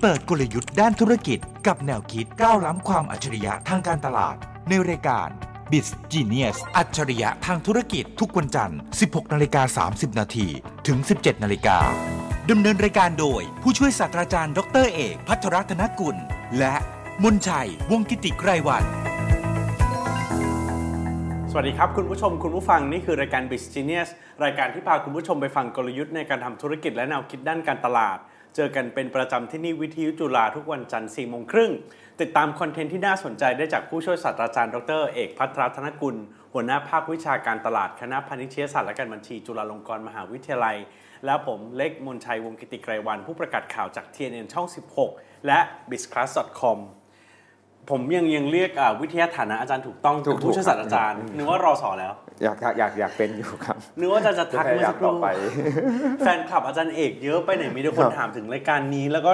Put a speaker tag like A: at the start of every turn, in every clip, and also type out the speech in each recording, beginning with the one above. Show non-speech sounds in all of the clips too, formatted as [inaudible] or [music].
A: เปิดกลยุทธ์ด้านธุรกิจกับแนวคิดก้าวล้ำความอัจฉริยะทางการตลาด ในรายการ b i z Genius อัจฉริยะทางธุรกิจทุกวันจันทร์ 16นาฬิกา30นาทีถึง 17นาฬิกาดำเนินรายการโดย ผู้ช่วยศาสตราจารย์ดรเอก พัทรรัตนกุล และมนชัยวงศ์กิติไกรวัน
B: สวัสดีครับ คุณผู้ชมคุณผู้ฟัง นี่คือรายการ b i z Genius รายการที่พาคุณผู้ชมไปฟังกลยุทธ์ในการทำธุรกิจและแนวคิดด้านการตลาด เจอกันเป็นประจำที่นี่วิทยุจุฬาทุกวันจันทร์4ี่โมงครึ่งติดตามคอนเทนต์ที่น่าสนใจได้จากผู้ช่วยศาสตราจารย์ดรเอกพัทรธนกุล หัวหน้าภาควิชาการตลาดคณะพาณิชยศาสตร์และการบัญชีจุฬาลงกรณ์มหาวิทยาลัย แล้วผมเล็กมนชัยวงศ์กิติไกรวัน ผู้ประกาศข่าวจาก TNN ช่อง 16 และ b i z c l a s s c o m ผมยังยังเรียกอ่าวิทยาฐานะอาจารย์ถูกต้อง
C: ถูกๆ
B: ผู้ช่วยศาสตราจารย์นึกว่ารอสอแล้ว
C: อยากอยากอยากเป็นอยู่ครับ
B: นึกว่าอาจารย์จะทักเมื่อย
C: พายา
B: สั
C: ม
B: กค
C: ต่อ
B: รู่
C: ไป
B: แฟนคลับอาจารย์เอกเยอะไปไหนมี
C: [laughs]
B: แต่ค
C: คน รับ
B: ถามถึงรายการนี้ แล้วก็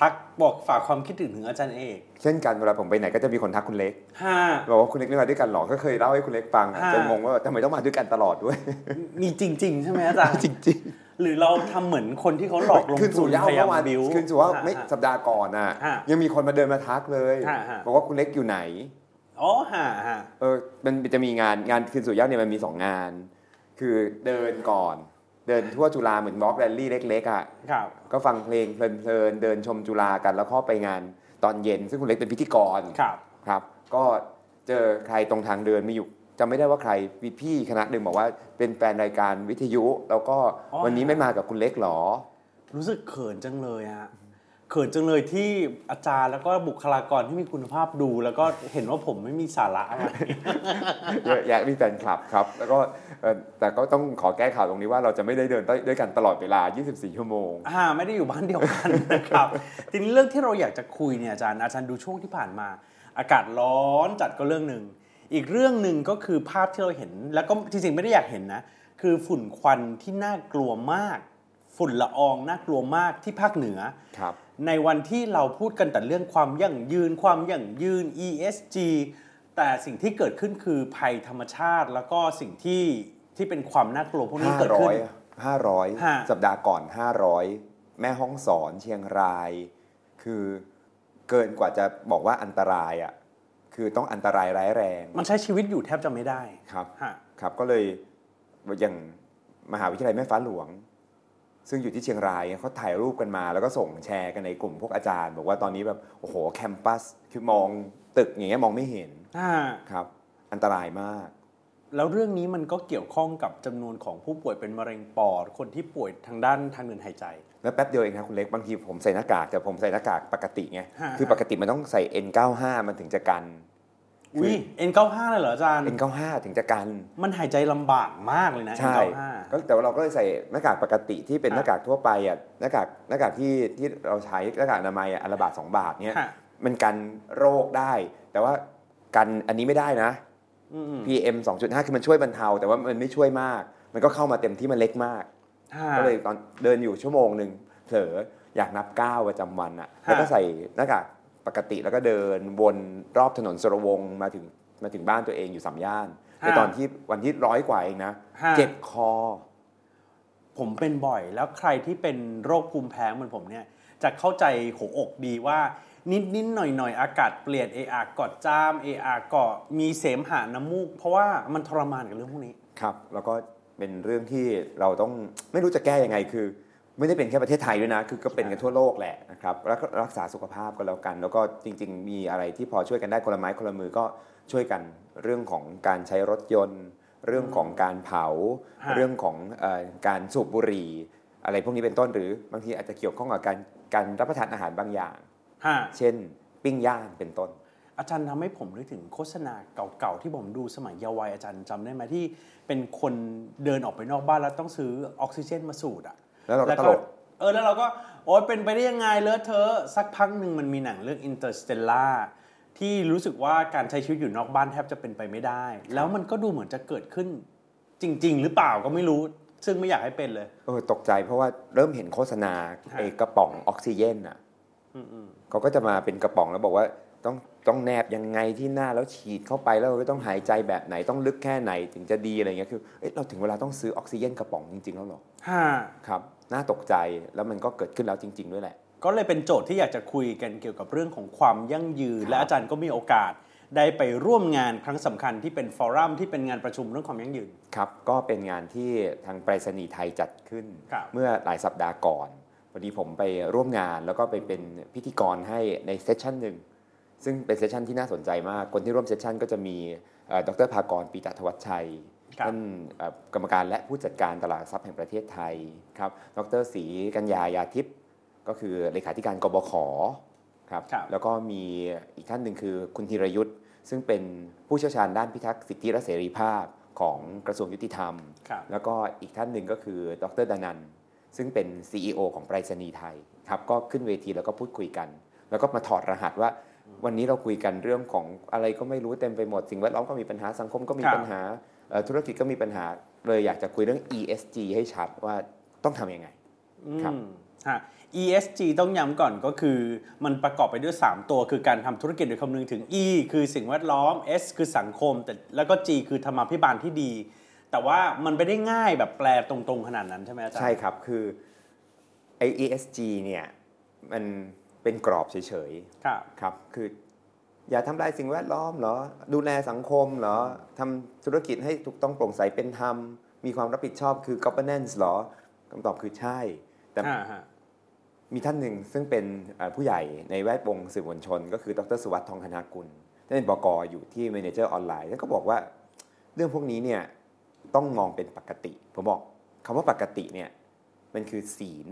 B: ทักบอกฝากความคิดถึงถึงอาจารย์เอก
C: [laughs] เช่นกันเวลาผมไปไหนก็จะมีคนทักคุณเล็ก
B: ห้า
C: บอกว่าคุณเล็กเล่นมาด้วยกันเหรอก็เคยเล่าให้คุณเล็กฟังอ่ะ
B: อ่า
C: จนงงว่าทำไมต้องมาด้วยกันตลอดด้วย
B: มีจริง ๆ ใช่ไหมอาจารย์
C: จริง
B: หรือเราทำเหมือนคนที่เขาหลอกลง
C: ขึ้น
B: ทุ
C: สู่
B: น
C: เหย้า
B: พยายาม
C: เมื่อวาน
B: บิว
C: ขึ้นสู่ว่าไม่สัปดาห์ก่อนอ่ะ
B: ฮะ
C: ยังมีคนมาเดินมาทักเลย
B: ฮะฮะ
C: บอกว่าคุณเล็กอยู่ไหน
B: อ๋อฮะฮะ
C: เออมันจะมีงานงานขึ้นสู่เหย้าเนี่ยมันมีสองงาน คือเดินก่อน เดินทั่วจุฬาเหมือนบล็อกแรลลี่เล็กๆอ่ะ
B: ครับ
C: ก็ฟังเพลงเพลินๆเดินชมจุฬากันแล้วก็ไปงานตอนเย็น ซึ่งคุณเล็กเป็นพิธีกร
B: ครับ
C: ครับ ก็เจอใครตรงทางเดินมีอยู่จำไม่ได้ว่าใครมีพี่คณะหนึ่งบอกว่าเป็นแฟนรายการวิทยุ แล้วก็วันนี้ไม่มากับคุณเล็ก
B: [laughs]
C: เหรอ
B: รู้สึกเขินจังเลยฮะเขินจังเลยที่อาจารย์แล้วก็บุคลากรที่มีคุณภาพดู แล้วก็เห็นว่าผมไม่มีสาระอะไร
C: เยอะแยะมีแฟนคลับครับ แล้วก็เอ่อแต่ก็ต้องขอแก้ข่าวตรงนี้ว่าเราจะไม่ได้เดินด้วยกันตลอดเวลา 24 ชั่วโมง
B: อ่าไม่ได้อยู่บ้านเดียวกันนะครับ [laughs] ทีนี้เรื่องที่เราอยากจะคุยเนี่ยอาจารย์อาจารย์ดูช่วงที่ผ่านมา อากาศร้อนจัดก็เรื่องหนึ่งอีกเรื่องหนึ่งก็คือภาพที่เราเห็น แล้วก็จริงๆไม่ได้อยากเห็นนะ คือฝุ่นควันที่น่ากลัวมาก ฝุ่นละอองน่ากลัวมากที่ภาคเหนือ
C: ครับ
B: ในวันที่เราพูดกันแต่เรื่องความยั่งยืน ความยั่งยืน ESG แต่สิ่งที่เกิดขึ้นคือภัยธรรมชาติ แล้วก็สิ่งที่ที่เป็นความน่ากลัวพวกนี้เกิดขึ้น
C: 500
B: ฮะ
C: 500 สัปดาห์ก่อน 500 แม่ห้องสอนเชียงราย คือเกินกว่าจะบอกว่าอันตรายอ่ะคือต้องอันตรายร้ายแรง
B: มันใช้ชีวิตอยู่แทบจะไม่ได้
C: ครับ
B: ฮะ
C: ครับก็เลยอย่างมหาวิทยาลัยแม่ฟ้าหลวง ซึ่งอยู่ที่เชียงรายเนี่ยเขาถ่ายรูปกันมาแล้วก็ส่งแชร์กันในกลุ่มพวกอาจารย์ บอกว่าตอนนี้แบบโอ้โหแคมปัสคือมองตึกอย่างเงี้ยมองไม่เห็น
B: อ่า
C: ครับ อันตรายมาก
B: แล้วเรื่องนี้มันก็เกี่ยวข้องกับจำนวนของผู้ป่วยเป็นมะเร็งปอด คนที่ป่วยทางด้านทางเดินหายใจ
C: แล้วแป๊บเดียวเองนะคุณเล็กบางทีผมใส่หน้ากากแต่ผมใส่หน้ากากปกติไง
B: ฮะ
C: คือปกติมันต้องใส่ N95 มันถึงจะกัน
B: อุ้ย N95 เลยเหรออาจารย์
C: N95 ถึงจะกัน
B: มันหายใจลำบากมากเลยนะ
C: ใช่
B: N95
C: ก็แต่ว่าเราก็เลยใส่หน้ากากปกติที่เป็น
B: ฮะ
C: หน้ากากทั่วไปอ่ะหน้ากากหน้ากากที่ที่เราใช้หน้ากากอนามัยอ่ะอันละบาทสองบาทเนี่ย
B: ฮะ
C: มันกันโรคได้ แต่ว่ากันอันนี้ไม่ได้นะ
B: อืม
C: PM 2.5 คือมันช่วยบรรเทา แต่ว่ามันไม่ช่วยมาก มันก็เข้ามาเต็มที่มันเล็กมาก
B: ฮะ
C: ก็เลยตอนเดินอยู่ชั่วโมงหนึ่งเผลออยากนับก้าวประจำวันอะ
B: ฮะ
C: แล้วก็ใส่หน้ากากปกติแล้วก็เดินวนรอบถนนสระวงศ์มาถึงมาถึงบ้านตัวเองอยู่สามย่านในตอนที่วันที่ร้อยกว่าเองนะ
B: ฮะ
C: เจ็บคอ
B: ผมเป็นบ่อยแล้วใครที่เป็นโรคภูมิแพ้เหมือนผมเนี่ย จะเข้าใจหัวอกดีว่า นิดนิดๆหน่อยหน่อยๆอากาศเปลี่ยนเออากอดจามเออากอดมีเสมหะน้ำมูก เพราะว่ามันทรมานกับเรื่องพวกนี้
C: ครับแล้วก็เป็นเรื่องที่เราต้อง ไม่รู้จะแก้ยังไงคือ ไม่ได้เป็นแค่ประเทศไทยด้วยนะ คือก็เป็นกันทั่วโลกแหละนะครับแล้วก็รักษาสุขภาพก็แล้วกัน แล้วก็จริง ๆ มีอะไรที่พอช่วยกันได้คนละไม้คนละมือก็ช่วยกันเรื่องของการใช้รถยนต์ เรื่องของการเผา
B: ฮะ
C: เรื่องของเออการสูบบุหรี่ อะไรพวกนี้เป็นต้นหรือบางทีอาจจะเกี่ยวข้องกับการการรับประทานอาหารบางอย่าง
B: ฮะ
C: เช่น ปิ้งย่างเป็นต้น
B: อาจารย์ทำให้ผมนึกถึงโฆษณาเก่าๆ ที่ผมดูสมัยเยาว์วัยอาจารย์จำได้ไหมที่เป็นคนเดินออกไปนอกบ้านแล้วต้องซื้อออกซิเจนมาสูดอ่ะ
C: แล้วเราก็ตลก
B: เออแล้วเราก็โอ๊ยเป็นไปได้ยังไงเลอะเทอะสักพักหนึ่งมันมีหนังเรื่อง Interstellar ที่รู้สึกว่าการใช้ชีวิตอยู่นอกบ้านแทบจะเป็นไปไม่ได้ แล้วมันก็ดูเหมือนจะเกิดขึ้นจริง ๆ หรือเปล่าก็ไม่รู้ ซึ่งไม่อยากให้เป็นเลย
C: เออตกใจเพราะว่าเริ่มเห็นโฆษณา
B: ฮะ
C: ไอ้กระป๋องออกซิเจนอ่ะ
B: อืม
C: เขาก็จะมาเป็นกระป๋องแล้วบอกว่าต้องต้องแนบยังไงที่หน้าแล้วฉีดเข้าไปแล้วเราก็ต้องหายใจแบบไหนต้องลึกแค่ไหนถึงจะดีอะไรเงี้ยคือเอ๊ะเราถึงเวลาต้องซื้อออกซิเจนกระป๋องจริงๆแล้วเหรอ
B: ๆฮ่า
C: ครับน่าตกใจแล้วมันก็เกิดขึ้นแล้วจริง ๆ ด้วยแหละ
B: ก็เลยเป็นโจทย์ที่อยากจะคุยกันเกี่ยวกับเรื่องของความยั่งยืน และอาจารย์ก็มีโอกาส ได้ไปร่วมงานครั้งสำคัญที่เป็นฟอรัมที่เป็นงานประชุมเรื่องความยั่งยืน
C: ครับ ก็เป็นงานที่ทางไปรษณีย์ไทยจัดขึ้น
B: ครับ
C: เมื่อหลายสัปดาห์ก่อนวันนี้ผมไปร่วมงานแล้วก็ไปเป็นพิธีกรให้ในเซสชันหนึ่ง ซึ่งเป็นเซสชันที่น่าสนใจมาก คนที่ร่วมเซสชันก็จะมีเอ่อดรภากรปีตะธวัชชัย
B: ครับ
C: ท่านเอ่อกรรมการและผู้จัดการตลาดหลักทรัพย์แห่งประเทศไทยครับ ดรศรีกัญญายาทิพย์ก็คือเลขาธิการกบขครับ
B: ครับ
C: แล้วก็มีอีกท่านหนึ่งคือคุณธีรยุทธ์ซึ่งเป็นผู้เชี่ยวชาญด้านพิทักษ์สิทธิและเสรีภาพของกระทรวงยุติธรรม
B: ครับ
C: แล้วก็อีกท่านหนึ่งก็คือดรดานันท์ซึ่งเป็น CEO ของไปรษณีย์ไทยครับก็ขึ้นเวทีแล้วก็พูดคุยกัน แล้วก็มาถอดรหัสว่า วันนี้เราคุยกันเรื่องของอะไรก็ไม่รู้เต็มไปหมด สิ่งแวดล้อมก็มีปัญหาสังคมก็มี
B: ครับ
C: ปัญหาเอ่อธุรกิจก็มีปัญหาเลยอยากจะคุยเรื่อง ESG ให้ชัดว่าต้องทำยังไง
B: อื
C: ครับ
B: มฮะ ESG ต้องย้ำก่อนก็คือมันประกอบไปด้วย 3 ตัวคือการทำธุรกิจโดยคำนึงถึง E คือสิ่งแวดล้อม S คือสังคมแต่แล้วก็ G คือธรรมาภิบาลที่ดี แต่ว่ามันไม่ได้ง่ายแบบแปลตรงๆ ขนาดนั้นใช่ไหมอาจารย์
C: ใช่ครับ คือไอ ESG เนี่ยมันเป็นกรอบเฉยๆ
B: ครับ
C: ครับ คืออย่าทำลายสิ่งแวดล้อมเหรอ ดูแลสังคมเหรอ ทำธุรกิจให้ถูกต้องโปร่งใสเป็นธรรม มีความรับผิดชอบคือ governance เหรอคำตอบคือใช่ แต่
B: อ่าฮะ
C: มีท่านหนึ่งซึ่งเป็นเอ่อผู้ใหญ่ในแวดวงสื่อมวลชน ก็คือดรสุวัสด์ทองคณากุลท่านเป็นบกอยู่ที่ Manager ออนไลน์ท่านก็บอกว่าเรื่องพวกนี้เนี่ยต้องมองเป็นปกติ ผมบอกคำว่าปกติเนี่ยมันคือศีล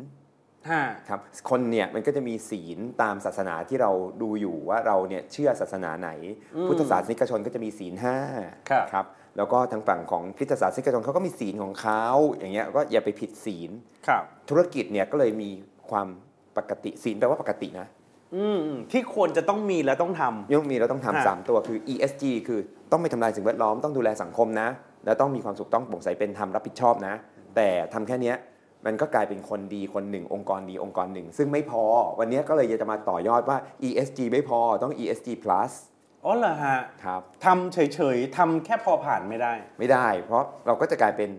B: ห้า
C: ครับคนเนี่ยมันก็จะมีศีลตามศาสนาที่เราดูอยู่ว่าเราเนี่ยเชื่อศาสนาไหน
B: อืม
C: พุทธศาสนิกชนก็จะมีศีลห้า
B: ครับ
C: ครับแล้วก็ทางฝั่งของคริสตศาสนิกชนเขาก็มีศีลของเขาอย่างเงี้ยก็อย่าไปผิดศีล
B: ครับ
C: ธุรกิจเนี่ยก็เลยมีความปกติศีลแปลว่าปกตินะ
B: อืมอืมที่ควรจะต้องมีและต้องท
C: ยังมีเราต้องทำ
B: อ่า
C: สามตัวคือ ESG คือต้องไม่ทำลายสิ่งแวดล้อมต้องดูแลสังคมนะ แล้วต้องมีความถูกต้องโปร่งใสเป็นธรรมรับผิดชอบนะ แต่ทำแค่เนี้ยมันก็กลายเป็นคนดีคนหนึ่ง องค์กรดีองค์กรหนึ่ง ซึ่งไม่พอ วันเนี้ยก็เลยจะมาต่อยอดว่า ESG ไม่พอต้อง ESG plus
B: ำอ๋อเหรอฮะ
C: ครับ
B: ทำเฉยๆทำแค่พอผ่านไม่ได้
C: ไม่ได้ เพราะเราก็จะกลายเป็น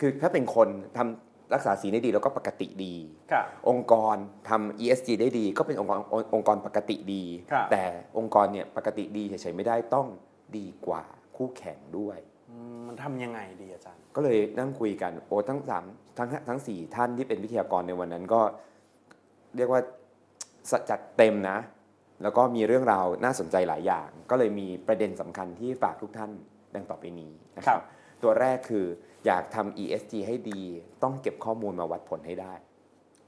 C: คือถ้าเป็นคนทำรักษาศีลได้ดีแล้วก็ปกติดี
B: ครับ
C: องค์กรทำ ESG ได้ดี ก็เป็นองค์กรององค์กรปกติดี
B: ครับ
C: แต่องค์กรเนี่ยปกติดีเฉยๆไม่ได้ต้องดีกว่าคู่แข่งด้วย
B: อืมมันทำยังไงดีอาจารย์
C: ก็เลยนั่งคุยกันโอ้ทั้งสามทั้งทั้งสี่ท่านที่เป็นวิทยากรในวันนั้นก็เรียกว่าสจัดเต็มนะ แล้วก็มีเรื่องราวน่าสนใจหลายอย่าง ก็เลยมีประเด็นสำคัญที่ฝากทุกท่านดังต่อไปนี้นะค
B: ครั
C: รับ บ ตัวแรกคืออยากทำ ESG ให้ดี ต้องเก็บข้อมูลมาวัดผลให้ได้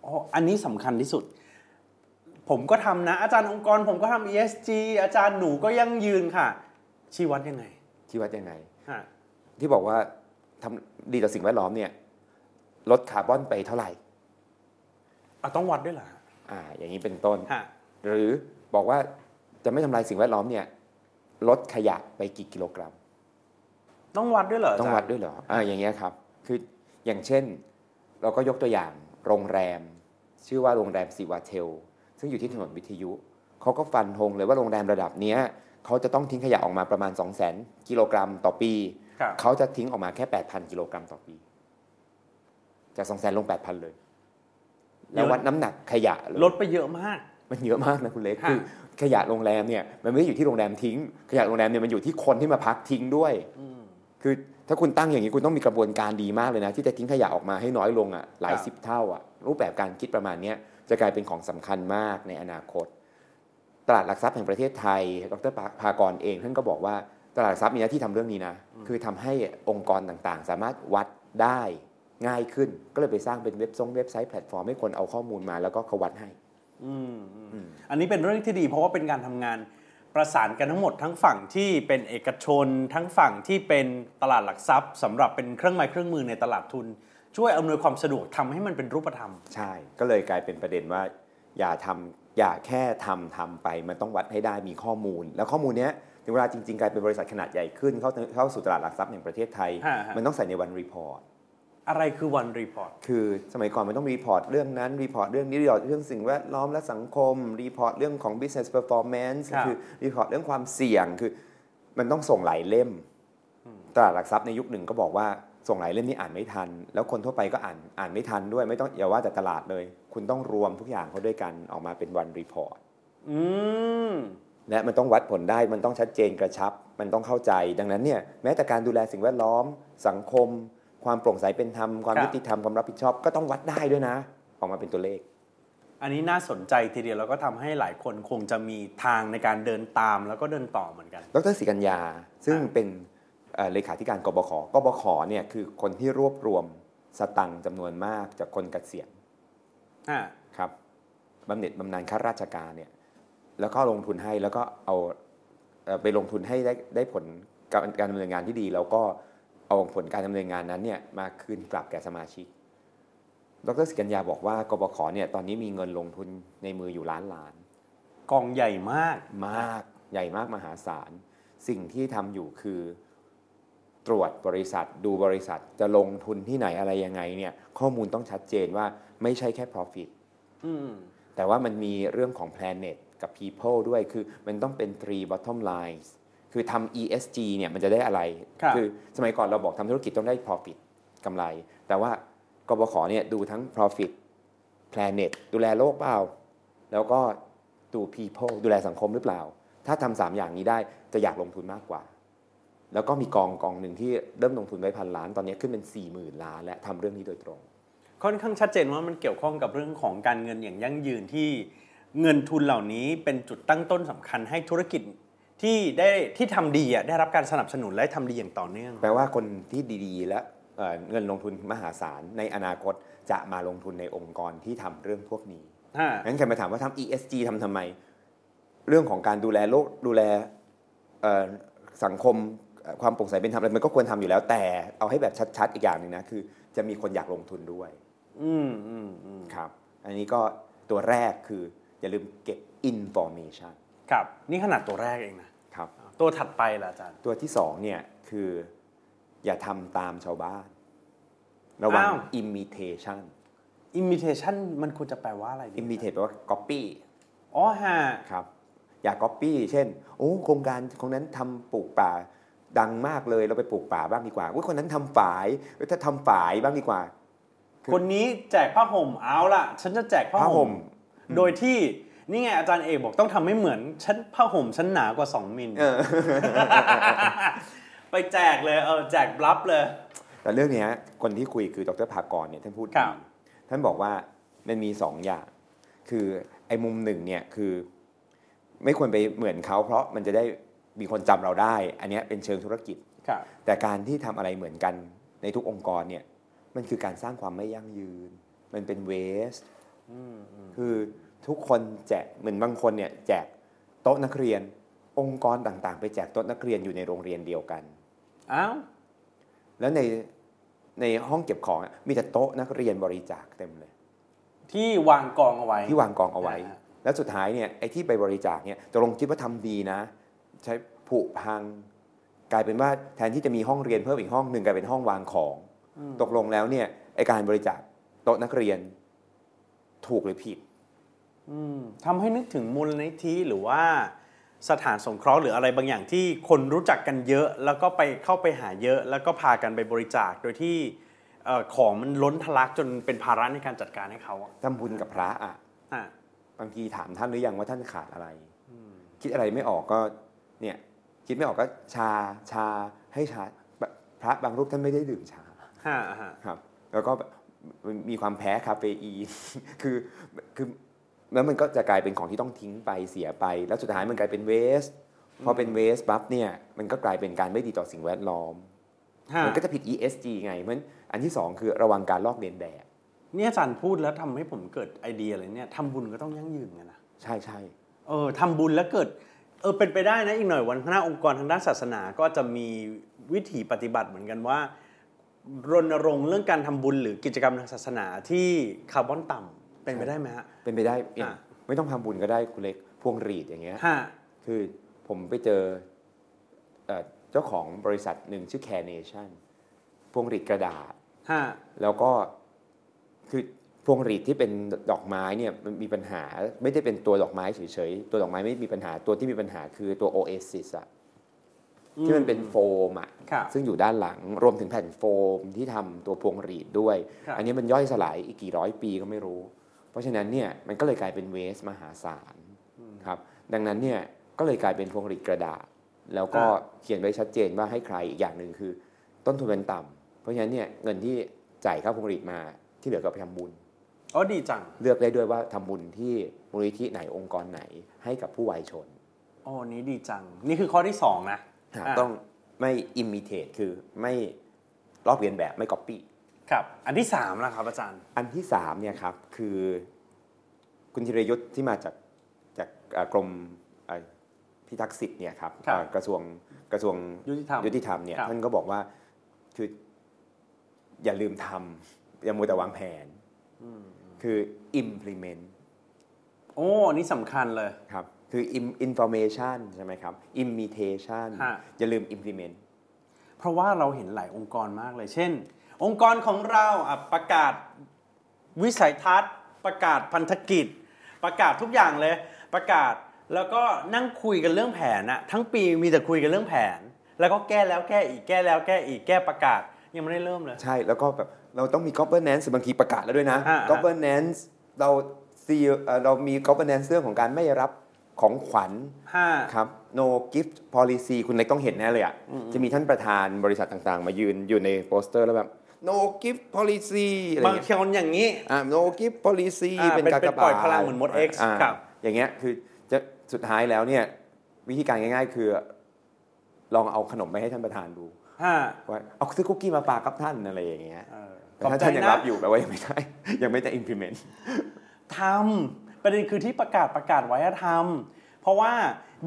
B: อ๋อ อันนี้สำคัญที่สุด ผมก็ทำนะ อาจารย์องค์กร ผมก็ทำ ESG อาจารย์หนูก็ยั่งยืนค่ะ ชี้วัดยังไง
C: ที่วัดยังไง
B: ฮะ
C: ที่บอกว่าทำดีต่อสิ่งแวดล้อมเนี่ยลดคาร์บอนไปเท่าไหร่
B: เอาต้องวัดด้วยเหรอฮะ
C: อ่าอย่างนี้เป็นต้น
B: ฮะ
C: หรือบอกว่าจะไม่ทำลายสิ่งแวดล้อมเนี่ยลดขยะไปกี่กิโลกรัม
B: ต้องวัดด้วยเหร
C: ต้อง
B: อาจารย์
C: วัดด้วยเหรออ่าอย่างเงี้ยครับคืออย่างเช่น เราก็ยกตัวอย่างโรงแรม ชื่อว่าโรงแรมซีวาเทล ซึ่งอยู่ที่ถนนวิทยุเขาก็ฟันธงเลยว่าโรงแรมระดับเนี้ยเขาจะต้องทิ้งขยะออกมาประมาณ 2 0 0 0 0 0กิโลกรัมต่อปี
B: ครับ
C: เขาจะทิ้งออกมาแค่ 8,000 กิโลกรัมต่อปี จาก2 0 0 0 0ลง 8,000 เลย
B: เยอะ
C: แล้ววัดน้ำหนักขยะเลย
B: ลดไปเยอะมาก
C: มันเยอะมากนะคุณเล็ก
B: ค่ะ
C: คือขยะโรงแรมเนี่ยมันไม่ได้อยู่ที่โรงแรมทิ้ง ขยะโรงแรมเนี่ยมันอยู่ที่คนที่มาพักทิ้งด้วย
B: อืม
C: คือถ้าคุณตั้งอย่างนี้คุณต้องมีกระบวนการดีมากเลยนะ ที่จะทิ้งขยะออกมาให้น้อยลงอ่ะหลาย
B: ครับ
C: สิบเท่าอ่ะรูปแบบการคิดประมาณเนี้ยจะกลายเป็นของสำคัญมากในอนาคต ตลาดหลักทรัพย์แห่งประเทศไทย ดรภากรเองท่านก็บอกว่าตลาดหลักทรัพย์มีหน้าที่ทำเรื่องนี้นะ คือทำให้องค์กรต่างๆ สามารถวัดได้ง่ายขึ้น ก็เลยไปสร้างเป็นเว็บซงเว็บไซต์แพลตฟอร์มให้คนเอาข้อมูลมาแล้วก็เขาวัดให้
B: อืมอืม
C: อืม
B: อันนี้เป็นเรื่องที่ดีเพราะว่าเป็นการทำงานประสานกันทั้งหมดทั้งฝั่งที่เป็นเอกชน ทั้งฝั่งที่เป็นตลาดหลักทรัพย์สำหรับเป็นเครื่องไม้เครื่องมือในตลาดทุน ช่วยอำนวยความสะดวกทำให้มันเป็นรูปธรรม
C: ใช่ ก็เลยกลายเป็นประเด็นว่า อย่าทำอย่าแค่ทำทำไป มันต้องวัดให้ได้มีข้อมูล แล้วข้อมูลเนี้ยถึงเวลาจริงๆ กลายเป็นบริษัทขนาดใหญ่ขึ้น เข้าเข้าสู่ตลาดหลักทรัพย์แห่งประเทศไทย
B: ฮะฮะ
C: มันต้องใส่ในวันรีพอร์ต
B: อะไรคือวันรีพอร์ต
C: คือสมัยก่อนมันต้องรีพอร์ตเรื่องนั้นรีพอร์ตเรื่องนี้รีพอร์ตเรื่องสิ่งแวดล้อมและสังคมรีพอร์ตเรื่องของ business performance
B: ครับ
C: คือรีพอร์ตเรื่องความเสี่ยงคือมันต้องส่งหลายเล่ม ตลาดหลักทรัพย์ในยุคหนึ่งก็บอกว่าส่งหลายเล่มนี่อ่านไม่ทัน แล้วคนทั่วไปก็อ่านอ่านไม่ทันด้วยไม่ต้องอย่าว่าแต่ตลาดเลย คุณต้องรวมทุกอย่างเข้าด้วยกันออกมาเป็นวันรีพอร์ต
B: อืม
C: และมันต้องวัดผลได้ มันต้องชัดเจนกระชับ มันต้องเข้าใจ ดังนั้นเนี่ยแม้แต่การดูแลสิ่งแวดล้อม สังคม ความโปร่งใสเป็นธรรม ความ
B: ครับ
C: ยุติธรรม ความรับผิดชอบ ก็ต้องวัดได้ด้วยนะ ออกมาเป็นตัวเลข
B: อันนี้น่าสนใจทีเดียวแล้วก็ทำให้หลายคนคงจะมีทางในการเดินตามแล้วก็เดินต่อเหมือนกัน
C: ดรศิกัญญา ซึ่งเป็นเอ่อเลขาธิการกบขกบขเนี่ยคือคนที่รวบรวมสตังค์จำนวนมากจากคนเกษียณ
B: อ่า
C: ครับบำเหน็จบำนาญข้าราชการเนี่ยแล้วก็ลงทุนให้แล้วก็เอาเอ่อไปลงทุนให้ได้ได้ผลการการดำเนินงานที่ดี แล้วก็เอาผลการดำเนินงานนั้นเนี่ยมาคืนกลับแก่สมาชิก ดรศิกัญญาบอกว่ากบขเนี่ยตอนนี้มีเงินลงทุนในมืออยู่ล้านล้าน
B: กองใหญ่มาก
C: มากใหญ่มากมหาศาล สิ่งที่ทำอยู่คือตรวจบริษัทดูบริษัทจะลงทุนที่ไหนอะไรยังไงเนี่ยข้อมูลต้องชัดเจนว่าไม่ใช่แค่ profit
B: อืม
C: แต่ว่ามันมีเรื่องของ planet กับ people ด้วยคือมันต้องเป็น three bottom lines คือทำ ESG เนี่ยมันจะได้อะไร
B: ครับ
C: อสมัยก่อนเราบอกทำธุรกิจต้องได้ profit กำไร แต่ว่ากบขเนี่ยดูทั้ง profit planet ดูแลโลกเปล่า แล้วก็ดู people ดูแลสังคมหรือเปล่า ถ้าทำสามอย่างนี้ได้จะอยากลงทุนมากกว่า แล้วก็มีกองกองหนึ่งที่เริ่มลงทุนไว้พันล้านตอนนี้ขึ้นเป็น4ี่หมื่นล้านและทำเรื่องนี้โดยตรง
B: ค่อนข้างชัดเจนว่ามันเกี่ยวข้องกับเรื่องของการเงินอย่างยั่งยืนที่เงินทุนเหล่านี้เป็นจุดตั้งต้นสำคัญให้ธุรกิจที่ได้ที่ทำดีอ่ะได้รับการสนับสนุนและทำดีอย่างต่อเนื่อง
C: แปลว่าคนที่ดีๆ และเอ่อเงินลงทุนมหาศาลในอนาคตจะมาลงทุนในองค์กรที่ทำเรื่องพวกนี้
B: อ่า
C: งั้นใครมาถามว่าทำ ESG ทำทำไม เรื่องของการดูแลโลกดูแลเอ่อสังคมเอ่อความโปร่งใสเป็นธรรมอะไรมันก็ควรทำอยู่แล้ว แต่เอาให้แบบชัดๆ อีกอย่างหนึ่งนะ คือจะมีคนอยากลงทุนด้วย
B: อืมอืมอืม
C: ครับ อันนี้ก็ตัวแรกคืออย่าลืมเก็บ information
B: ครับ นี่ขนาดตัวแรกเองนะ
C: ครับ
B: ตัวถัดไปล่ะอาจารย์
C: ตัวที่สองเนี่ยคืออย่าทำตามชาวบ้าน ระวัง
B: อ้าว
C: imitation
B: imitation มันควรจะแปลว่าอะไรดี
C: imitate แปลว่า copy
B: อ๋อฮะ
C: ครับ อย่า copy เช่น โอ้โครงการของนั้นทำปลูกป่าดังมากเลยเราไปปลูกป่าบ้างดีกว่าว่าคนนั้นทำฝายเอ้ยถ้าทำฝายบ้างดีกว่า คือ
B: คนนี้แจกผ้าห่มเอาล่ะ ฉันจะแจกผ้า
C: ผ้า
B: ห่
C: ห่
B: ม
C: ม
B: โดยที่นี่ไงอาจารย์เอกบอกต้องทำให้เหมือนฉันผ้าห่มฉันหนากว่า 2 มิล
C: เออ
B: [laughs] ไปแจกเลยเออแจกรับเลย
C: แต่เรื่องเนี้ยคนที่คุยคือดรภากรเนี่ยท่านพูด
B: ครั
C: ดี
B: บ
C: ท่านบอกว่ามันมีสองอย่าง คือไอ้มุมหนึ่งเนี่ยคือ ไม่ควรไปเหมือนเขาเพราะมันจะได้มีคนจำเราได้ อันเนี้ยเป็นเชิงธุรกิจ
B: ครับ
C: แต่การที่ทำอะไรเหมือนกันในทุกองค์กรเนี่ยมันคือการสร้างความไม่ยั่งยืน มันเป็นเวสคือทุกคนแจกเหมือนบางคนเนี่ยแจกโต๊ะนักเรียน องค์กรต่างๆ ไปแจกโต๊ะนักเรียนอยู่ในโรงเรียนเดียวกัน
B: อ้าว
C: แล้วในในห้องเก็บของอะมีแต่โต๊ะนักเรียนบริจาคเต็มเลย
B: ที่วางกองเอาไว้
C: ที่วางกองเอาไว้
B: อ่า
C: แล้วสุดท้ายเนี่ยไอ้ที่ไปบริจาคเนี่ยตกลงคิดว่าทำดีนะ ใช้ผุพัง กลายเป็นว่าแทนที่จะมีห้องเรียนเพิ่มอีกห้องหนึ่งกลายเป็นห้องวางของ ตกลงแล้วเนี่ยไอ้การบริจาคโต๊ะนักเรียนถูกหรือผิด
B: อืมทำให้นึกถึงมูลนิธิหรือว่าสถานสงเคราะห์หรืออะไรบางอย่างที่คนรู้จักกันเยอะ แล้วก็ไปเข้าไปหาเยอะ แล้วก็พากันไปบริจาคโดยที่เอ่อของมันล้นทะลักจนเป็นภาระในการจัดการให้เขาอะ
C: ทำบุญกับพระอ่ะ
B: อ่ะ
C: บางทีถามท่านหรือยังว่าท่านขาดอะไร คิดอะไรไม่ออกก็เนี่ยคิดไม่ออกก็ชาชาให้ชาแบบพระบางรูปท่านไม่ได้ดื่มชา
B: ฮะอ่ะฮะ
C: ครับแล้วก็แบบมีความแพ้คาเฟอีน [laughs] คือคือแล้วมันก็จะกลายเป็นของที่ต้องทิ้งไปเสียไป แล้วสุดท้ายมันกลายเป็นเวสพอเป็นเวสปั๊บเนี่ยมันก็กลายเป็นการไม่ดีต่อสิ่งแวดล้อม
B: ฮะ
C: มันก็จะผิด ESG ไงเพราะฉะนั้นอันที่สองคือระวังการลอกเลียนแบบ
B: เนี่ยอาจารย์พูดแล้วทำให้ผมเกิดไอเดียเลยเนี่ยทำบุญก็ต้องยั่งยืนไงนะ
C: ใช่ใช่
B: เออทำบุญแล้วเกิดเออเป็นไปได้นะอีกหน่อยวันข้างหน้าองค์กรทางด้านศาสนาก็จะมีวิถีปฏิบัติเหมือนกันว่า รณรงค์เรื่องการทำบุญหรือกิจกรรมทางศาสนาที่คาร์บอนต่ำเป็นไปได้ไหมฮะ
C: เป็นไปได้เอง
B: อ่ะ
C: ไม่ต้องทำบุญก็ได้คุณเล็กพวงหรีดอย่างเงี้ย
B: ฮะ
C: คือผมไปเจอเอ่อเจ้าของบริษัทหนึ่งชื่อ Care Nation พวงหรีดกระดาษ
B: ฮะ
C: แล้วก็คือพวงหรีดที่เป็นดอกไม้เนี่ยมันมีปัญหาไม่ได้เป็นตัวดอกไม้เฉยๆ ตัวดอกไม้ไม่มีปัญหาตัวที่มีปัญหาคือตัวโอเอซิสอะที่มันเป็นโฟมอะ
B: ค่ะ
C: ซึ่งอยู่ด้านหลังรวมถึงแผ่นโฟมที่ทำตัวพวงหรีดด้วย
B: ครับ
C: อันนี้มันย่อยสลายอีกกี่ร้อยปีก็ไม่รู้ เพราะฉะนั้นเนี่ยมันก็เลยกลายเป็นเวสมหาศาลครับดังนั้นเนี่ยก็เลยกลายเป็นพวงหรีดกระดาษ แล้วก็
B: อ่า
C: เขียนไว้ชัดเจนว่าให้ใครอีกอย่างหนึ่งคือ ต้นทุนมันต่ำเพราะฉะนั้นเนี่ยเงินที่จ่ายค่าพวงหรีดมาที่เหลือก็ไปทำบุญ
B: อ๋อดีจัง
C: เลือกได้ด้วยว่าทำบุญที่มูลนิธิไหนองค์กรไหนให้กับผู้วัยชน
B: อ๋อนี้ดีจัง นี่คือข้อที่สองนะ
C: หา
B: ะ
C: ต้องไม่ imitate คือไม่ลอกเลียนแบบไม่ copy
B: ครับ อันที่สามนะครับอาจารย์
C: อันที่สามเนี่ยครับคือคุณธีรยุทธ์ที่มาจากจากเอ่อกรมเอ่อพิทักษ์สิทธิ์เนี่ยครับ
B: ครับ
C: เอ่อกระทรวงกระทรวง
B: ยุติธรรม
C: ยุติธรรมเนี่ย
B: ครับ
C: ท่านก็บอกว่าคืออย่าลืมทำอย่ามัวแต่วางแผนคือ implement
B: โอ้อันนี้สำคัญเลย
C: ครับคือ im- information ใช่ไหมครับ imitation
B: ฮะ
C: อย่าลืม implement
B: เพราะว่าเราเห็นหลายองค์กรมากเลย เช่น องค์กรของเราอ่ะประกาศวิสัยทัศน์ ประกาศพันธกิจ ประกาศทุกอย่างเลย ประกาศแล้วก็นั่งคุยกันเรื่องแผนอะทั้งปีมีแต่คุยกันเรื่องแผน แล้วก็แก้แล้วแก้อีกแก้แล้วแก้อีกแก้ประกาศยังไม่ได้เริ่มเลย
C: ใช่แล้วก็แบบเราต้องมี governance บางทีประกาศแล้วด้วยนะ
B: อ่าอ่า
C: governance เรา CEO เอ่อเรามี governance เรื่องของการไม่รับของขวัญ
B: ห้า
C: ครับ no gift policy คุณเล็กต้องเห็นแน่เลยอ่ะจะมีท่านประธานบริษัทต่างๆ มายืนอยู่ในโปสเตอร์แล้วแบบ no gift policy อะไรอบ
B: าง
C: ย่างเงี้ย
B: คนอย่างนี้
C: อ่า no gift policy
B: อ่า
C: เป็น
B: เป็น
C: กาก
B: เป็นปล่
C: บาท
B: อยพลังเหมือนมด X
C: า
B: ครับ
C: อย่างเงี้ยคือจะสุดท้ายแล้วเนี่ยวิธีการง่าย ๆ คือ ลองเอาขนมไปให้ท่านประธานดู
B: ห้า
C: ว่าเอาซื้อคุกกี้มาฝากครับท่านอะไรอย่างเงี้ย
B: เออ
C: แต่ถ้าท่านยังรับอยู่แปลว่ายังไม่ได้ [laughs] ยังไม่ได้ implement
B: ทำประเด็นคือที่ประกาศประกาศไว้อะทำเพราะว่า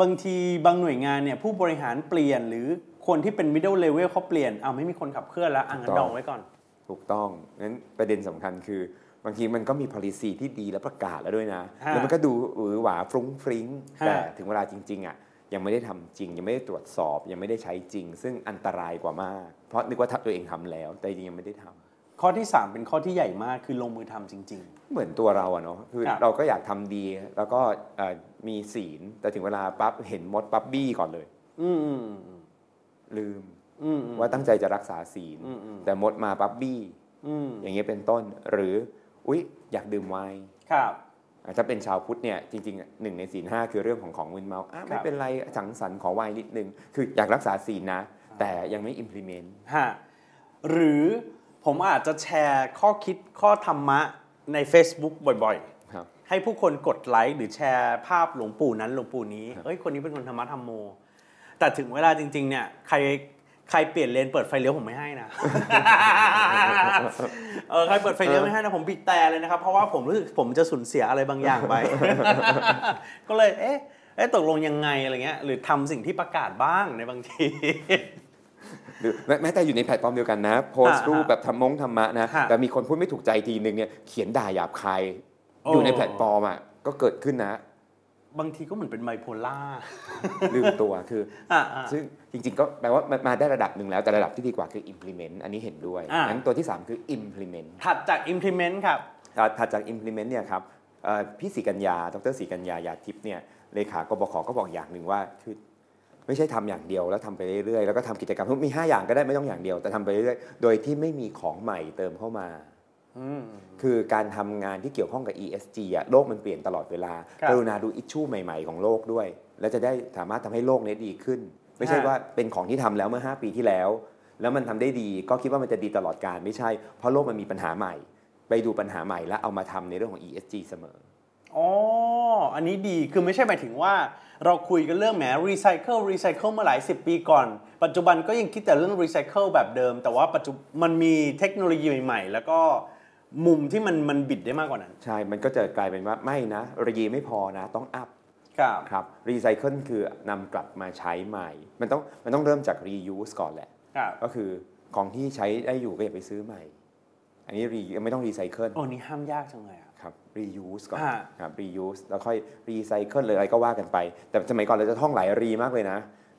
B: บางทีบางหน่วยงานเนี่ยผู้บริหารเปลี่ยนหรือคนที่เป็น middle level เขาเปลี่ยนเอาวไม่มีคนขับเคลื่อนแล้วอ่ะงั้
C: ถู
B: นดอ
C: กต้อง
B: งไว้ก่อน
C: ถูกต้องนั้นประเด็นสำคัญคือบางทีมันก็มี policy ที่ดีและประกาศแล้วด้วยนะ
B: ฮะ
C: แล้วมันก็ดูหวือหวาฟรุ้งฟริ้ง
B: ฮะ
C: แต่ถึงเวลาจริง ๆ อ่ะ ยังไม่ได้ทำจริง ยังไม่ได้ตรวจสอบ ยังไม่ได้ใช้จริง ซึ่งอันตรายกว่ามาก เพราะนึกว่าทำตัวเองทำแล้ว แต่จริงๆยังไม่ได้ทำ
B: ข้อที่ 3 เป็นข้อที่ใหญ่มากคือลงมือทำจริง
C: เหมือนตัวเราอะเนาะคือ
B: ครับ
C: เราก็อยากทำดี แล้วก็เอ่อมีศีล แต่ถึงเวลาปั๊บเห็นมดปั๊บบี้ก่อนเลย
B: ๆ อืมอืม
C: ลืม
B: อืม
C: ว่าตั้งใจจะรักษาศีล
B: อืมอืม
C: แต่มดมาปั๊บบี้
B: อืม
C: อย่างเงี้ยเป็นต้นหรืออุ๊ยอยากดื่มไวน์
B: ครับ
C: อ่ะถ้าเป็นชาวพุทธเนี่ยจริงๆหนึ่งในศีลห้าคือเรื่องของของมึนเมาอ่ะไม่
B: ครับ
C: เป็นไรสังสรรค์ขอไวน์นิดนึง คืออยากรักษาศีลนะ แต่ยังไม่ implement
B: ฮะหรือผมอาจจะแชร์ข้อคิดข้อธรรมะใน Facebook บ่อยๆ
C: ครับ
B: ให้ผู้คนกดไลค์หรือแชร์ภาพหลวงปู่นั้นหลวงปู่นี้เอ้ยคนนี้เป็นคนธรรมะธรรมโม แต่ถึงเวลาจริง ๆ เนี่ยใครใครเปลี่ยนเลนเปิดไฟเลี้ยวผมไม่ให้
C: [laughs]
B: นะ เออใครเปิดไฟเลี้ยวไม่ให้นะผมบีบแต่เลยนะครับ เพราะว่าผมรู้สึกผมจะสูญเสียอะไรบางอย่างไป
C: [laughs]
B: ก็เลยเอ๊ะเอ๊ะตกลงยังไงอะไรเงี้ยหรือทำสิ่งที่ประกาศบ้างในบางที
C: หรือแม้แม้แต่อยู่ในแพลตฟอร์มเดียวกันนะ โพส
B: ฮะ
C: ต์รูปแบบธรรมงธรรมะนะ
B: ฮะ
C: แต่มีคนพูดไม่ถูกใจทีนึงเนี่ยเขียนด่าหยาบคาย
B: โอ้
C: [laughs] อยู่ในแพลตฟอร์มอ่ะก็เกิดขึ้นนะ
B: บางทีก็เหมือนเป็นไบโพล่า [laughs]
C: ลืมตัวคือ
B: อ่ะอ่ะ
C: ซึ่งจริงๆก็แปลว่ามันมาได้ระดับหนึ่งแล้วแต่ระดับที่ดีกว่าคือ implement อันนี้เห็นด้วย
B: อ่ะ
C: งั้นตัวที่สามคือ implement
B: ถัดจาก implement ครับ
C: อ่าถัดจาก implement เนี่ยครับเอ่อพี่ศรีกัญญา ดรศรีกัญญา ยาทิพย์เนี่ย เลขากบขก็บอกอย่างหนึ่งว่าคือไม่ใช่ทำอย่างเดียวแล้วทำไปเรื่อยๆ แล้วก็ทำกิจกรรมมี 5 อย่างก็ได้ไม่ต้องอย่างเดียวแต่ทำไปเรื่อยๆ โดยที่ไม่มีของใหม่เติมเข้ามา คือการทำงานที่เกี่ยวข้องกับ ESG อะโลกมันเปลี่ยนตลอดเวลา
B: ครับ
C: กรุณาดูอิชชูใหม่ๆ ของโลกด้วย แล้วจะได้สามารถทำให้โลกเนี้ดีขึ้น ไม่ใช่ว่าเป็นของที่ทำแล้วเมื่อ 5 ปีที่แล้ว แล้วมันทำได้ดีก็คิดว่ามันจะดีตลอดการไม่ใช่ เพราะโลกมันมีปัญหาใหม่ ไปดูปัญหาใหม่แล้วเอามาทำในเรื่องของ ESG เสมอ
B: อ๋อ อันนี้ดี คือไม่ใช่หมายถึงว่า เราคุยกันเรื่องแหมรีไซเคิลรีไซเคิลมาหลายสิบปีก่อน ปัจจุบันก็ยังคิดแต่เรื่องรีไซเคิลแบบเดิม แต่ว่าปัจจุบันมันมีเทคโนโลยีใหม่ ๆ แล้วก็มุมที่มันมันบิดได้มากกว่านั้น
C: ใช่ มันก็จะกลายเป็นว่าไม่นะรีไม่พอนะต้องอัพ
B: ครับ
C: ครับรีไซเคิลคือนำกลับมาใช้ใหม่ มันต้องมันต้องเริ่มจาก reuse ก่อนแหละ
B: ครับ
C: ก็คือของที่ใช้ได้อยู่ก็อย่าไปซื้อใหม่ อันนี้ re ไม่ต้องรีไซเคิล
B: โอ้นี่ห้ามยากจังเลยอะ
C: ครับ reuse ก่อน
B: ฮะ
C: ครับ reuse แล้วค่อยรีไซเคิลเลยอะไรก็ว่ากันไป แต่สมัยก่อนเราจะท่องหลายรีมากเลยนะ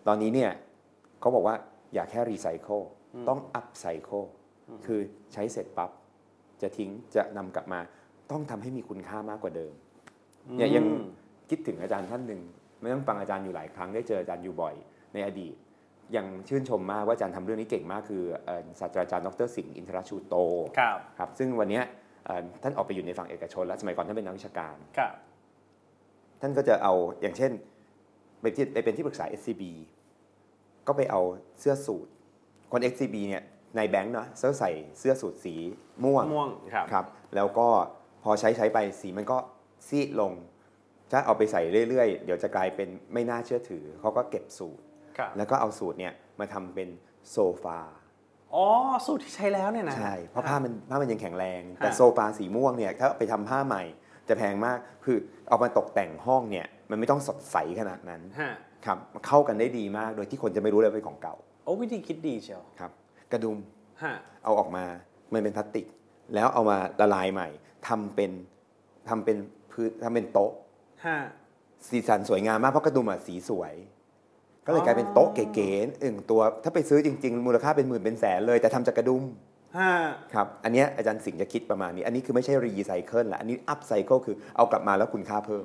C: ตอนนี้เนี่ยเขาบอกว่าอย่าแค่รีไซเคิลต้อง up cycle คือใช้เสร็จปั๊บ จะทิ้งจะนำกลับมา ต้องทำให้มีคุณค่ามากกว่าเดิม เนี่ยยังคิดถึงอาจารย์ท่านหนึ่งไม่ต้องฟังอาจารย์อยู่หลายครั้งได้เจออาจารย์อยู่บ่อยในอดีตยังชื่นชมมากว่าอาจารย์ทำเรื่องนี้เก่งมากคือเอ่อศาสตราจารย์ดรสิงห์อินทรชูโต
B: ครับ
C: ครับซึ่งวันเนี้ย เอ่อท่านออกไปอยู่ในฝั่งเอกชน แล้วสมัยก่อนท่านเป็นนักวิชาการ
B: ครับ
C: ท่านก็จะเอาอย่างเช่นไปที่ไปเป็นที่ปรึกษา SCB ก็ไปเอาเสื้อสูทคน SCB เนี่ยในแบงค์เนาะเขาใส่เสื้อสูทสีม่วง
B: ม่วงครับ
C: ครับแล้วก็พอใช้ใช้ไปสีมันก็ซีดลง ถ้าเอาไปใส่เรื่อยๆ เดี๋ยวจะกลายเป็นไม่น่าเชื่อถือ เขาก็เก็บสูตร
B: ครับ
C: แล้วก็เอาสูตรเนี่ยมาทำเป็นโซฟา
B: อ๋อ สูตรที่ใช้แล้วเนี่ยนะ
C: ใช่ เพราะผ้ามันผ้ามันยังแข็งแรง แต่
B: ฮะ
C: โซฟาสีม่วงเนี่ยถ้าไปทำผ้าใหม่จะแพงมากคือเอามาตกแต่งห้องเนี่ยมันไม่ต้องสดใสขนาดนั้น
B: ฮะ
C: ครับมันเข้ากันได้ดีมากโดยที่คนจะไม่รู้เลยว่าเป็นของเก่า
B: โอ้วิธีคิดดีเชียว
C: ครับกระดุม
B: ฮะ
C: เอาออกมา มันเป็นพลาสติก แล้วเอามาละลายใหม่ ทำเป็น ทำเป็นพื้นทำเป็นโต๊ะ
B: ฮะ
C: สีสันสวยงามมาก เพราะกระดุมอ่ะสีสวย ก็เล
B: อ๋
C: ย
B: อ
C: กลายเป็นโต๊ะเก๋ๆอึ่งตัว ถ้าไปซื้อจริง ๆ มูลค่าเป็นหมื่นเป็นแสนเลย แต่ทำจากกระดุม
B: ฮะ
C: ครับ อันเนี้ยอาจารย์สิงห์จะคิดประมาณนี้ อันนี้คือไม่ใช่รีไซเคิลละ อันนี้อัพไซเคิลคือเอากลับมาแล้วคุณค่าเพิ่ม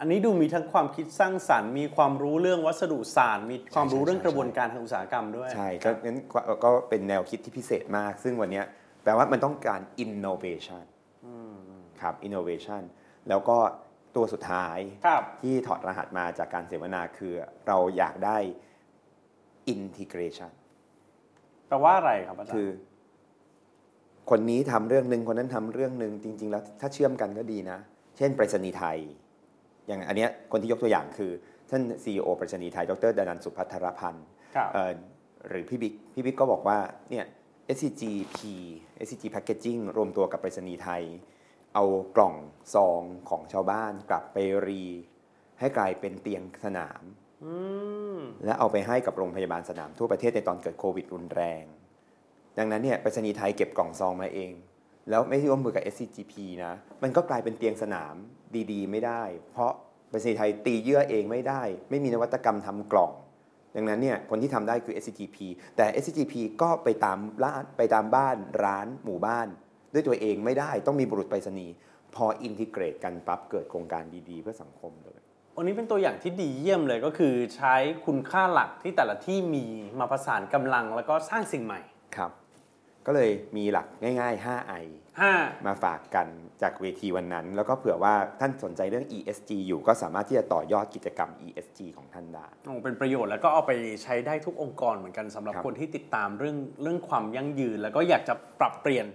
B: อันนี้ดูมีทั้งความคิดสร้างสรรค์ มีความรู้เรื่องวัสดุศาสตร์ มีความรู้เรื่องกระบวนการทางอุตสาหกรรมด้วย
C: ใช่ก็งั้นก็ก็เป็นแนวคิดที่พิเศษมาก ซึ่งวันเนี้ยแปลว่ามันต้องการ innovation ครับ innovation แล้วก็ตัวสุดท้าย
B: ครับ
C: ที่ถอดรหัสมาจากการเสวนาคือเราอยากได้ integration
B: แปลว่าอะไรครับอาจารย์
C: คือ คนนี้ทำเรื่องหนึ่งคนนั้นทำเรื่องหนึ่งจริง ๆ แล้วถ้าเชื่อมกันก็ดีนะ เช่นไปรษณีย์ไทย อย่างอันเนี้ยคนที่ยกตัวอย่างคือ ท่าน CEO ไปรษณีย์ไทย ดรดานันท์สุพัทรพันธ์
B: ครับ
C: เอ่อหรือพี่บิ๊กพี่บิ๊กก็บอกว่าเนี่ย SCGP SCG Packaging รวมตัวกับไปรษณีย์ไทย เอากล่องซองของชาวบ้านกลับไปรี ให้กลายเป็นเตียงสนาม
B: อืม
C: และเอาไปให้กับโรงพยาบาลสนามทั่วประเทศในตอนเกิดโควิดรุนแรง ดังนั้นเนี่ยไปรษณีย์ไทยเก็บกล่องซองมาเอง แล้วไม่ร่วมมือกับ SCGP นะ มันก็กลายเป็นเตียงสนามดีๆ ไม่ได้ เพราะไปรษณีย์ไทยตีเยื่อเองไม่ได้ ไม่มีนวัตกรรมทำกล่อง ดังนั้นเนี่ยคนที่ทำได้คือ SCGP แต่ SCGP ก็ไปตามร้านไปตามบ้านร้านหมู่บ้าน ด้วยตัวเองไม่ได้ต้องมีบุรุษไปรษณีย์พออินทิเกรตกันปั๊บเกิดโครงการดีๆ เพื่อสังคมเลย
B: อันนี้เป็นตัวอย่างที่ดีเยี่ยมเลยก็คือใช้คุณค่าหลักที่แต่ละที่มีมาผสานกำลังแล้วก็สร้างสิ่งใหม่
C: ครับ ก็เลยมีหลักง่ายๆ 5 I
B: 5
C: มาฝากกันจากเวทีวันนั้น แล้วก็เผื่อว่าท่านสนใจเรื่อง ESG อยู่ก็สามารถที่จะต่อยอดกิจกรรม ESG ของท่านได้
B: โอ้เป็นประโยชน์แล้วก็เอาไปใช้ได้ทุกองค์กรเหมือนกันสำหรับ
C: ครับ
B: คนที่ติดตามเรื่องเรื่องความยั่งยืน แล้วก็อยากจะปรับเปลี่ยน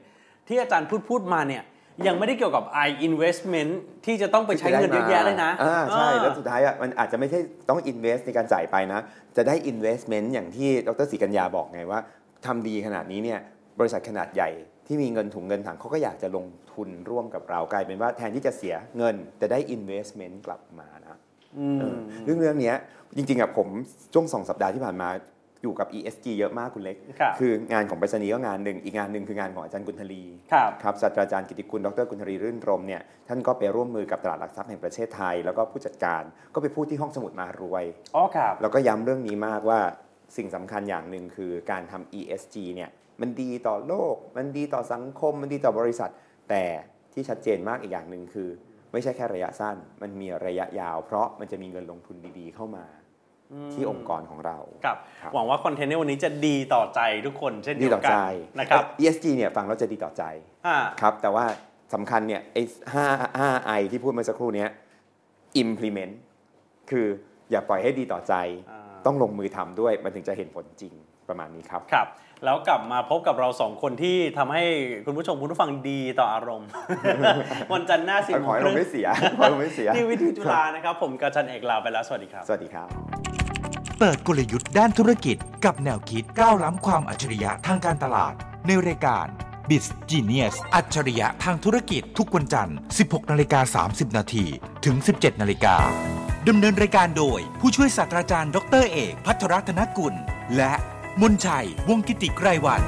B: ที่อาจารย์พูดพูดมาเนี่ยยังไม่ได้เกี่ยวกับ i investment ที่จะต้องไปใช้เงินเยอะแยะเลยนะ
C: อ่าใช่ แล้ว
B: เอ
C: สุ
B: อ
C: ดท้ายอ่ะมันอาจจะไม่ใช่ต้อง invest ในการจ่ายไปนะ จะได้ investment อย่างที่ดรศรีกัญญาบอกไงว่าทำดีขนาดนี้เนี่ยบริษัทขนาดใหญ่ที่มีเงินถุงเงินถังเขาก็อยากจะลงทุนร่วมกับเรากลายเป็นว่าแทนที่จะเสียเงินจะได้ investment กลับมานะ
B: อืม
C: เออเรื่องเรื่องเนี้ยจริงๆอะผมช่วงสองสัปดาห์ที่ผ่านมาอยู่กับ ESG เยอะมากคุณเล็ก
B: ครับ
C: องานของไปรษณีย์ก็งานหนึ่งอีกงานหนึ่งคืองานของอาจารย์กุณฑลี
B: ครับ
C: ครับศาสตราจารย์กิติคุณดรกุณฑลีรื่นรมเนี่ยท่านก็ไปร่วมมือกับตลาดหลักทรัพย์แห่งประเทศไทย แล้วก็ผู้จัดการก็ไปพูดที่ห้องสมุดมารวย
B: อ๋อครับ
C: แล้วก็ย้ำเรื่องนี้มากว่าสิ่งสำคัญอย่างหนึ่งคือการทำ ESG เนี่ยมันดีต่อโลก มันดีต่อสังคม มันดีต่อบริษัท แต่ที่ชัดเจนมากอีกอย่างหนึ่งคือ ไม่ใช่แค่ระยะสั้น มันมีระยะยาว เพราะมันจะมีเงินลงทุนดีๆเข้ามา ที่องค์กรของเรา
B: ครับ
C: ครับ
B: หวังว่าคอนเทนต์ในวันนี้จะดีต่อใจทุกคนเช่น
C: ดี
B: เดีย
C: ต่อ
B: วกั
C: ใจ
B: นนะครับ
C: ESG เนี่ยฟังแล้วจะดีต่อใจ
B: อ่า
C: ครับ แต่ว่าสำคัญเนี่ยไอ้ห้าห้าไอที่พูดเมื่อสักครู่เนี้ย implement คืออย่าปล่อยให้ดีต่อใจ
B: อ่า
C: ต้องลงมือทำด้วยมันถึงจะเห็นผลจริงประมาณนี้ครับ
B: ครับ แล้วกลับมาพบกับเราสองคนที่ทำให้คุณผู้ชมคุณผู้ฟังดีต่ออารมณ์
C: [laughs]
B: วันจันทร์หน้าสิบ
C: ขอให้
B: โม
C: เรา
B: งค
C: ไม่
B: รึ่ง
C: เสีย ขอให้เราไม่เสีย
B: ที่วิทยุจุฬานะครับ ผมกาจันเอกลาไปแล้ว สวัสดีครับ
C: สวัสดีครับ
A: เปิดกลยุทธ์ด้านธุรกิจกับแนวคิดก้าวล้ำความอัจฉริยะทางการตลาด ในรายการ b i z Genius อัจฉริยะทางธุรกิจทุกวันจันทร์ 16นาฬิกา30นาทีถึง 17นาฬิกาดำเนินรายการโดย ผู้ช่วยศาสตราจารย์ดรเอก พัทรรัตนกุล และมนชัยวงศ์กิติไกรวัน